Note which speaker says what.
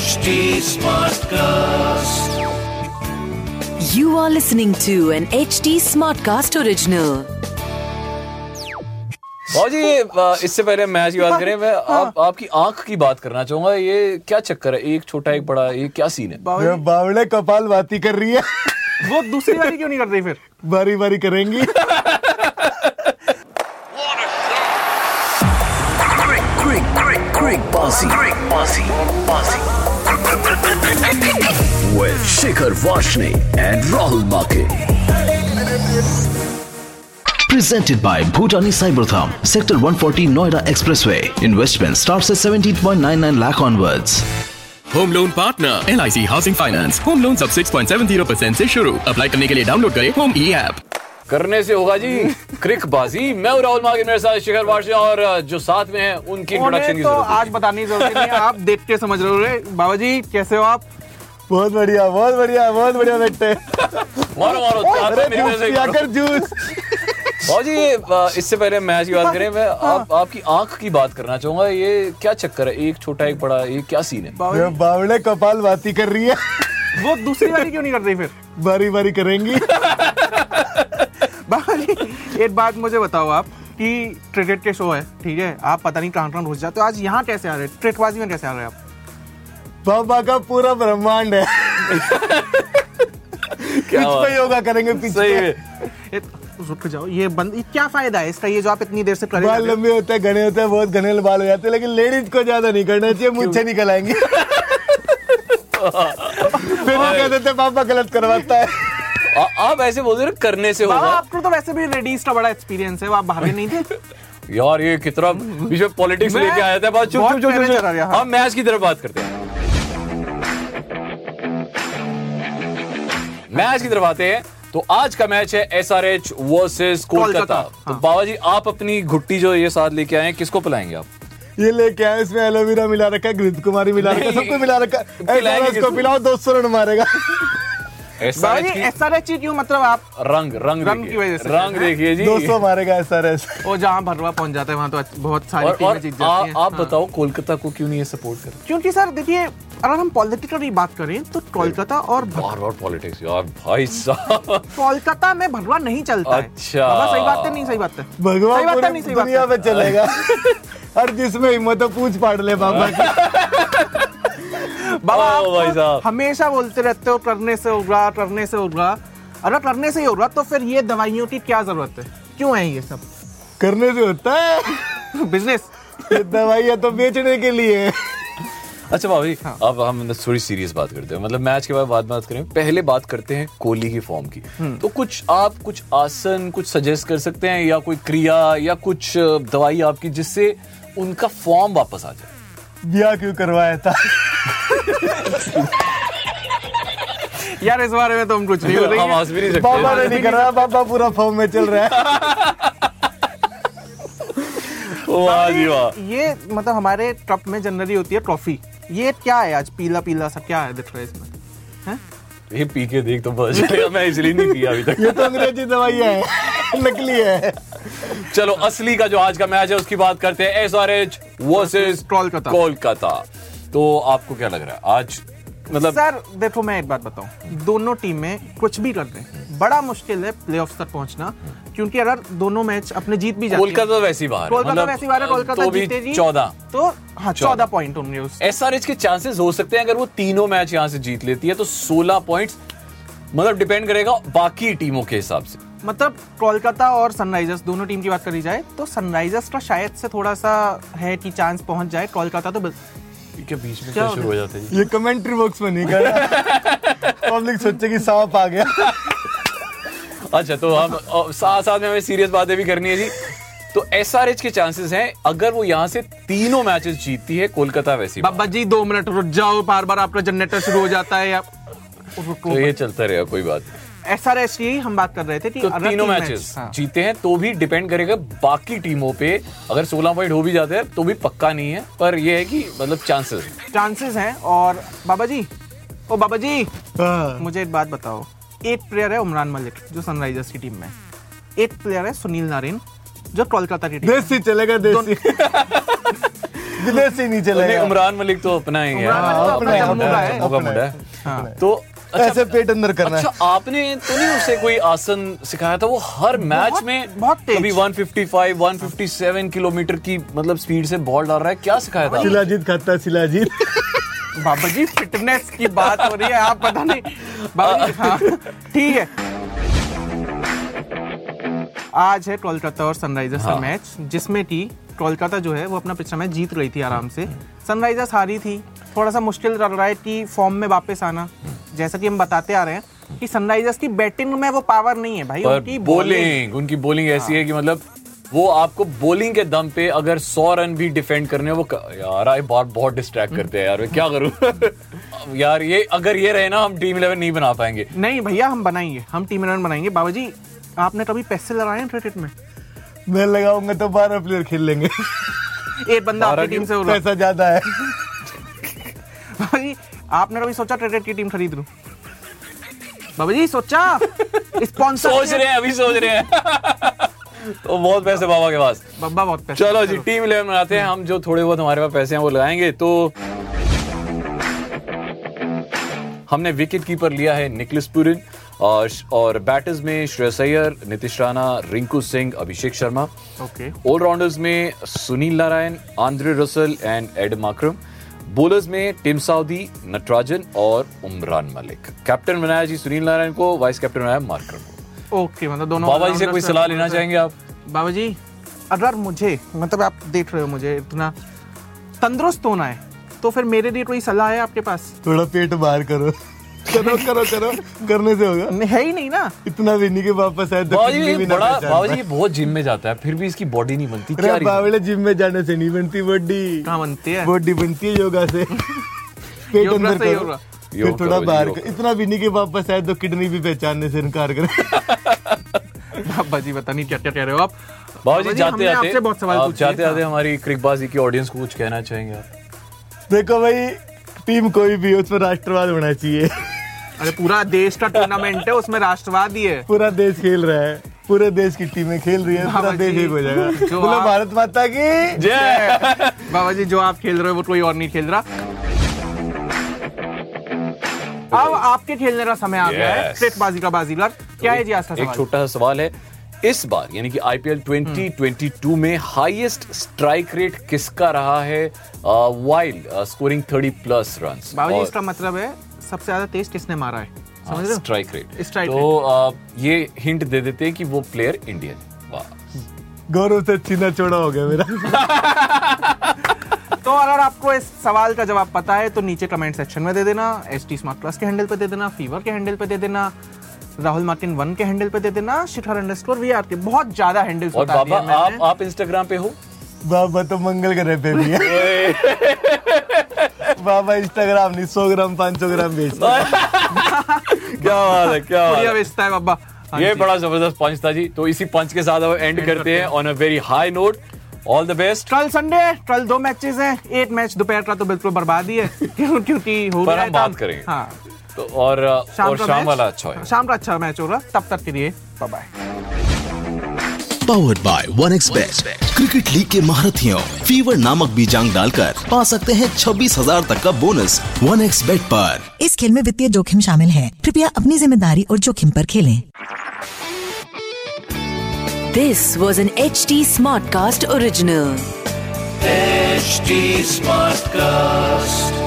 Speaker 1: HD Smartcast.
Speaker 2: You are listening to an HD Smartcast original.
Speaker 3: भाजी ये आ, इससे पहले मैच की बात करें मैं आप आपकी आंख की बात करना चाहूंगा ये क्या चक्कर है एक छोटा एक बड़ा ये क्या सीन है
Speaker 4: ये बावड़े कपाल बाती कर रही है
Speaker 5: वो दूसरी वाली क्यों नहीं कर रही फिर
Speaker 4: बारी बारी करेंगी
Speaker 6: with Shikhar Vashne and Rahul Make. Presented by Bhutani Cybertham, Sector 140 Noida Expressway. Investment starts at 17.99 lakh onwards.
Speaker 7: Home loan partner L I C housing finance home loan सब six point seven zero percent ऐसी शुरू apply करने के लिए download करें E home E app
Speaker 3: करने से होगा जी क्रिक बाजी मैं हूं राहुल मागी मेरे साथ शिखर वाशे और आ, जो साथ में है उनकी इंट्रोडक्शन की
Speaker 5: उन्हें तो
Speaker 3: जरूरत
Speaker 5: आज बतानी जरूरत नहीं है आप देख के समझ रहे होगे बाबा जी कैसे हो आप
Speaker 4: बहुत बढ़िया बहुत बढ़िया बहुत बढ़िया बेटे
Speaker 3: नहीं। मारो मारो चार
Speaker 4: अरे
Speaker 3: पाँच मिनट
Speaker 4: जूस
Speaker 3: से
Speaker 4: पिया
Speaker 3: करो।
Speaker 4: कर जूस
Speaker 3: भाजी ये आ, इससे पहले मैच की बात करें मैं आप आपकी आंख की बात करना चाहूंगा ये क्या चक्कर है एक छोटा एक बड़ा ये क्या सीन है
Speaker 5: बाबा
Speaker 4: ये बावड़े कपाल बाती कर रही है
Speaker 5: जी वो दूसरी वाली क्यों नहीं कर रही फिर
Speaker 4: बारी बारी करेंगी
Speaker 5: बाबा जी एक बात मुझे बताओ आप कि क्रिकेट के शो है ठीक है आप पता नहीं कहाँ कहाँ घुस जाते हो आज यहाँ कैसे आ रहे हैं ट्रिकबाजी में कैसे आ रहे हैं आप
Speaker 4: बाबा का पूरा ब्रह्मांड है
Speaker 3: क्या
Speaker 4: कुछ
Speaker 3: बात
Speaker 4: पे योगा करेंगे
Speaker 3: सही
Speaker 4: पीछे
Speaker 3: है
Speaker 5: ये- रुक जाओ ये बंद ये क्या फायदा है इसका ये जो आप इतनी देर से कर रहे
Speaker 4: बाल
Speaker 5: हैं
Speaker 4: लंबे होते हैं घने होते हैं बहुत घने बाल हो जाते हैं लेकिन लेडीज को ज्यादा नहीं करना चाहिए मुझसे निकल आएंगे फिर वो कहते थे पापा गलत करवाता है
Speaker 3: आ, आप ऐसे बोल रहे हो, करने से
Speaker 5: बाबा,
Speaker 3: होगा
Speaker 5: आपको तो वैसे भी रेडीज का बड़ा एक्सपीरियंस है वो आप भागे नहीं थे
Speaker 3: यार ये कितना बीच में पॉलिटिक्स
Speaker 5: मैं-
Speaker 3: लेके आया था बहुत चुप चुप
Speaker 5: बहुत
Speaker 3: चुप
Speaker 5: पहले
Speaker 3: चुप
Speaker 5: चला गया,
Speaker 3: चुप
Speaker 5: हाँ।
Speaker 3: हम मैच की तरफ बात करते हैं मैच की तरफ आते हैं तो आज का मैच है S R H versus Kolkata
Speaker 5: Kolkata,
Speaker 3: तो
Speaker 5: हाँ।
Speaker 3: बाबा जी आप अपनी घुट्टी जो ये साथ लेके आए हैं, किसको पिलाएंगे आप
Speaker 4: ये लेके आए इसमें एलोवेरा मिला रखा है घृत कुमारी मिला रखा है सबको मिला रखा है ऐसा
Speaker 3: खिलाएंगे
Speaker 4: वाला उसको
Speaker 3: किसको?
Speaker 4: पिलाओ दो सौ रन मारेगा
Speaker 5: बाबा
Speaker 3: SRH
Speaker 5: जी
Speaker 3: की
Speaker 5: ऐसा रची क्यों मतलब आप
Speaker 3: रंग रंग
Speaker 5: रंग
Speaker 3: देखिए,
Speaker 5: की वजह से।
Speaker 3: रंग देखिए जी
Speaker 4: दो सौ मारेगा ऐसा रेस
Speaker 5: वो जहाँ भरवा पहुंच जाते हैं वहाँ तो अच्छ- बहुत सारी
Speaker 3: और,
Speaker 5: टीमें
Speaker 3: और
Speaker 5: जीत
Speaker 3: आ,
Speaker 5: जाती हैं
Speaker 3: आप
Speaker 5: हाँ।
Speaker 3: बताओ कोलकाता को क्यों नहीं ये सपोर्ट करते
Speaker 5: क्योंकि सर देखिए अगर हम पॉलिटिकल की बात करें तो कोलकाता और भर-
Speaker 3: बार बार पॉलिटिक्स यार भाई साहब
Speaker 5: कोलकाता में भरवा नहीं चलता है
Speaker 3: अच्छा।
Speaker 5: बाबा सही बात है नहीं सही बात है सही
Speaker 4: भगवान
Speaker 5: बात है
Speaker 4: पूरी
Speaker 5: नहीं सही बात
Speaker 4: दुनिया
Speaker 5: है
Speaker 4: पे चलेगा और जिसमें हिम्मत हो पूछ पाड़ ले बाबा की
Speaker 5: बाबा
Speaker 3: ओ
Speaker 5: आप
Speaker 3: भाई साहब।
Speaker 5: हमेशा बोलते रहते हो करने से होगा करने से होगा अगर करने से ही होगा तो फिर ये दवाइयों की क्या जरूरत है क्यों है ये सब
Speaker 4: करने से होता है
Speaker 5: बिजनेस
Speaker 4: ये दवाइयाँ तो बेचने के लिए है।
Speaker 3: अच्छा भाभी अब हम थोड़ी सीरियस बात करते हैं मतलब मैच के बाद बात बात करें पहले बात करते हैं कोहली की फॉर्म की तो कुछ आप कुछ आसन कुछ सजेस्ट कर सकते हैं या कोई क्रिया या कुछ अ, दवाई आपकी जिससे उनका फॉर्म वापस आ जाए
Speaker 4: ब्याह क्यों करवाया था
Speaker 5: यार इस बारे में तो हम कुछ नहीं बोल
Speaker 3: हम हंस भी नहीं
Speaker 4: बाबा
Speaker 3: सकते
Speaker 4: ने नहीं करवाया बाबा पूरा फॉर्म में चल रहा है
Speaker 3: वाह हाँ जी वाह
Speaker 5: ये मतलब हमारे कप में जनरली होती है ट्रॉफी ये क्या है आज पीला पीला सा क्या है दिख रहा है इसमें
Speaker 3: ये पी के देख तो पता चलेगा मैं इसलिए नहीं पिया अभी तक
Speaker 4: ये तो अंग्रेजी दवाइयाँ है नकली है
Speaker 3: चलो असली का जो आज का मैच है उसकी बात करते हैं S R H versus
Speaker 5: Kolkata.
Speaker 3: Kolkata तो आपको क्या लग रहा है आज मतलब
Speaker 5: सर देखो मैं एक बात बताऊं दोनों टीमें कुछ भी कर दें बड़ा मुश्किल है प्लेऑफ्स तक पहुंचना क्योंकि अगर दोनों मैच अपने जीत भी जाते
Speaker 3: कोलकाता तो वैसे ही बाहर है।
Speaker 5: कोलकाता
Speaker 3: मतलब,
Speaker 5: वैसे ही बाहर है,
Speaker 3: अ,
Speaker 5: कोलकाता
Speaker 3: तो भी
Speaker 5: जीतेगी
Speaker 3: 14
Speaker 5: तो हाँ
Speaker 3: 14
Speaker 5: चौदह पॉइंट होंगे उस
Speaker 3: एसआरएच के चांसेस हो सकते हैं अगर वो तीनों मैच यहां से जीत लेती है तो 16 पॉइंट्स मतलब डिपेंड करेगा बाकी टीमों के हिसाब से
Speaker 5: मतलब कोलकाता और सनराइजर्स दोनों टीम की बात करी जाए तो सनराइजर्स का शायद से थोड़ा सा है कि चांस पहुंच जाए कोलकाता तो बिल-
Speaker 3: के बीच में
Speaker 5: क्या शुरू हो
Speaker 3: जाते हैं
Speaker 4: ये कमेंट्री बॉक्स में नहीं कर पब्लिक सोचेगी सांप आ गया
Speaker 3: अच्छा तो हम अ, साथ साथ में हमें सीरियस बातें भी करनी है जी तो एसआरएच के चांसेस हैं अगर वो यहां से तीनों मैचेस जीतती है कोलकाता वैसी
Speaker 5: बाबा जी दो मिनट रुक जाओ बार बार आपका जनरेटर शुरू हो जाता है या
Speaker 3: तो ये चलता रहेगा कोई बात नहीं।
Speaker 5: ऐसा की हम बात कर रहे थे कि
Speaker 3: तो
Speaker 5: अगर
Speaker 3: तीनों
Speaker 5: तीन match-
Speaker 3: मैचेस
Speaker 5: हाँ।
Speaker 3: जीते हैं तो भी डिपेंड करेगा बाकी टीमों पे अगर 16 पॉइंट हो भी जाते हैं तो भी पक्का नहीं है पर यह है कि मतलब चांसेस
Speaker 5: चांसेस हैं और बाबा जी ओ बाबा जी
Speaker 4: हाँ।
Speaker 5: मुझे एक बात बताओ एक प्लेयर है उमरान मलिक जो सनराइजर्स की टीम में एक प्लेयर है सुनील नारिन जो कोलकाता की टीम में
Speaker 4: देसी चलेगा देसी विदेश ही नहीं
Speaker 3: नहीं,
Speaker 4: चलेगा हाँ,
Speaker 3: उमरान मलिक तो अपना ही है
Speaker 5: उमरान मलिक तो
Speaker 3: अपना
Speaker 5: अपना ही
Speaker 3: मुंडा
Speaker 5: मुंडा
Speaker 3: है
Speaker 5: है।
Speaker 3: जम्मू का
Speaker 4: अपना
Speaker 3: मुंडा
Speaker 4: है,
Speaker 3: है तो
Speaker 4: ऐसे पेट अंदर करना है
Speaker 3: अच्छा आपने तो नहीं उसे कोई आसन सिखाया था वो हर मैच में
Speaker 5: बहुत तेज।
Speaker 3: कभी 155 157 किलोमीटर की मतलब स्पीड से बॉल डाल रहा है क्या सिखाया था आपने?
Speaker 4: शिलाजीत खाता है, शिलाजीत
Speaker 5: बाबा जी फिटनेस की बात हो रही है आप पता नहीं बाबा जी हाँ ठीक है आज है कोलकाता और सनराइजर्स का मैच जिसमें कि कोलकाता जो है वो अपना पिछला मैच जीत रही थी आराम से सनराइजर्स हारी थी थोड़ा सा मुश्किल लग रहा है कि फॉर्म में वापस आना जैसा कि हम बताते आ रहे हैं कि सनराइजर्स की बैटिंग में वो पावर नहीं है भाई
Speaker 3: पर
Speaker 5: उनकी हाँ। बॉलिंग
Speaker 3: बॉलिंग उनकी बॉलिंग ऐसी है कि मतलब वो आपको बॉलिंग के दम पे अगर सौ रन भी डिफेंड करने हो, वो क- यार आए बहुत बहुत डिस्ट्रैक्ट करते हैं यार मैं क्या करूं यार ये अगर ये रहे ना हम टीम इलेवन नहीं बना पाएंगे
Speaker 5: नहीं भैया हम बनाएंगे हम टीम इलेवन बनाएंगे बाबा जी आपने कभी पैसे लगाए हैं क्रिकेट में
Speaker 4: मैं लगाऊंगा तो बारह प्लेयर खेल लेंगे
Speaker 5: एक बंदा आपकी टीम से हो रहा है।
Speaker 4: पैसा ज्यादा है
Speaker 5: बाबा जी आपने कभी सोचा क्रिकेट की टीम खरीद लूं बाबा जी सोचा स्पॉन्सर
Speaker 3: सोच रहे हैं अभी सोच रहे हैं तो बहुत पैसे बाबा के पास
Speaker 5: बब्बा बहुत पैसा
Speaker 3: चलो जी टीम इलेवन बनाते हैं हम जो थोड़े बहुत हमारे पास पैसे हैं वो लगाएंगे तो हमने विकेट कीपर लिया है निकलिस पुरिन और और बैटर्स में श्रेयस अय्यर नितिश राणा रिंकू सिंह अभिषेक शर्मा
Speaker 5: ओके
Speaker 3: ऑलराउंडर्स में Sunil Narine Andre Russell and Aiden Markram bowlers में टिम साउदी नटराजन और उमरान मलिक कैप्टन बनाया जी सुनील नारायण को वाइस कैप्टन बनाया मार्क्रम को
Speaker 5: ओके मतलब दोनों
Speaker 3: बाबा जी से कोई
Speaker 5: all-rounders
Speaker 3: सलाह
Speaker 5: हैं।
Speaker 3: लेना चाहेंगे आप
Speaker 5: बाबा जी अगर मुझे मतलब आप देख रहे हो मुझे इतना तंदुरुस्त होना है तो फिर मेरे लिए कोई सलाह है आपके पास
Speaker 4: थोड़ा पेट बाहर करो करो करो करो करने से होगा
Speaker 5: है ही नहीं ना
Speaker 4: इतना भी नहीं कि वापस आए
Speaker 3: बाबा जी
Speaker 4: दक्षिण में
Speaker 3: ये
Speaker 4: भी ना
Speaker 3: बड़ा
Speaker 4: पहचान
Speaker 3: बाबा जी
Speaker 4: पाए।
Speaker 3: ये बहुत जिम में जाता है फिर भी इसकी बॉडी नहीं बनती
Speaker 4: अरे
Speaker 3: क्या reason?
Speaker 4: बावड़े जिम में जाने से नहीं बनती बॉडी
Speaker 5: कहाँ बनते हैं
Speaker 4: बॉडी बनती है योगा से पेट
Speaker 5: योगा
Speaker 4: अंदर
Speaker 5: से
Speaker 4: करो
Speaker 5: योगा।
Speaker 3: योग
Speaker 4: फिर थोड़ा
Speaker 3: करो,
Speaker 4: बाहर
Speaker 3: योग
Speaker 4: करो
Speaker 3: करो।
Speaker 4: इतना भी नहीं कि वापस आए तो किडनी भी पहचानने से इनकार करें
Speaker 5: बाबा जी पता नहीं क्या क्या कह रहे हो आप
Speaker 3: बाबा जी जाते
Speaker 5: हमने
Speaker 3: जाते
Speaker 5: आपसे बहुत सवाल
Speaker 3: आप
Speaker 5: पूछे हाँ।
Speaker 3: जाते
Speaker 5: हैं।
Speaker 3: जाते हमारी क्रिकबाजी की ऑडियंस को कुछ कहना चाहेंगे आप
Speaker 4: देखो भाई टीम कोई भी हो उसमें राष्ट्रवाद होना चाहिए
Speaker 5: अरे पूरा देश का टूर्नामेंट है उसमें राष्ट्रवाद ही है
Speaker 4: पूरा देश खेल रहा है पूरे देश की टीमें खेल रही है
Speaker 5: बाबा
Speaker 4: पूरा देश
Speaker 5: जी,
Speaker 4: एक हो जाएगा
Speaker 5: जो
Speaker 4: बोलो
Speaker 5: आप-
Speaker 4: भारत माता की
Speaker 5: बाबा जी जो आप खेल रहे हो वो कोई और नहीं खेल रहा अब आपके खेलने का समय आ गया है
Speaker 3: Yes.
Speaker 5: बाजी का बाजीगर क्या है जी आज का
Speaker 3: एक
Speaker 5: सवाल
Speaker 3: छोटा सा सवाल है इस बार यानी कि आईपीएल 2022 में हाईएस्ट स्ट्राइक रेट किसका रहा है वाइल्ड स्कोरिंग 30 प्लस रन
Speaker 5: बाबा जी इसका मतलब है सबसे ज्यादा तेज किसने मारा है समझ रहे हो
Speaker 3: स्ट्राइक रेट
Speaker 5: Strike
Speaker 3: हाँ, तो आ, ये हिंट दे देते हैं कि वो प्लेयर इंडियन वाह
Speaker 4: गौरव से छीना चौड़ा हो गया मेरा
Speaker 5: तो अगर आपको इस सवाल का जवाब पता है तो नीचे कमेंट सेक्शन में दे देना एस टी स्मार्ट प्लस के हैंडल पे दे देना फीवर के हैंडल पे दे देना राहुल मार्टिन वन के हैंडल पे दे देना शिखर अंडरस्कोर वी के बहुत ज्यादा हैंडल्स
Speaker 3: और
Speaker 5: बता दिए
Speaker 3: बाबा
Speaker 5: मैंने।
Speaker 3: आप आप इंस्टाग्राम पे हो
Speaker 4: बाबा तो मंगल ग्रह पे भी है बाबा इंस्टाग्राम नहीं सौ ग्राम पाँच सौ ग्राम बेचते हैं।
Speaker 3: क्या बात है क्या
Speaker 5: बढ़िया बेचता है बाबा हाँ
Speaker 3: ये
Speaker 5: जी।
Speaker 3: बड़ा जबरदस्त पंच था जी तो इसी पंच के साथ हम एंड करते
Speaker 5: करते
Speaker 3: हैं on a very high note all the best
Speaker 5: कल संडे है कल दो मैचेस हैं एक मैच दोपहर का तो बिल्कुल बर्बाद ही है क्यों क्योंकि हो
Speaker 3: पर
Speaker 5: गया
Speaker 3: हम
Speaker 5: है
Speaker 3: बात
Speaker 5: काम।
Speaker 3: करेंगे।
Speaker 5: हाँ
Speaker 3: तो और
Speaker 5: शाम
Speaker 3: और
Speaker 5: का
Speaker 3: शाम
Speaker 5: मैच-
Speaker 3: वाला अच्छा है
Speaker 5: शाम का अच्छा मैच होगा तब तक के लिए bye
Speaker 6: powered by one expect cricket league के महारथियों फीवर नामक बीजांग डालकर पा सकते हैं छब्बीस हजार तक का बोनस वन एक्सपेक्ट पर
Speaker 8: इस खेल में वित्तीय जोखिम शामिल है कृपया अपनी जिम्मेदारी और जोखिम पर खेलें
Speaker 2: This was an HD Smartcast original.
Speaker 1: HD Smartcast.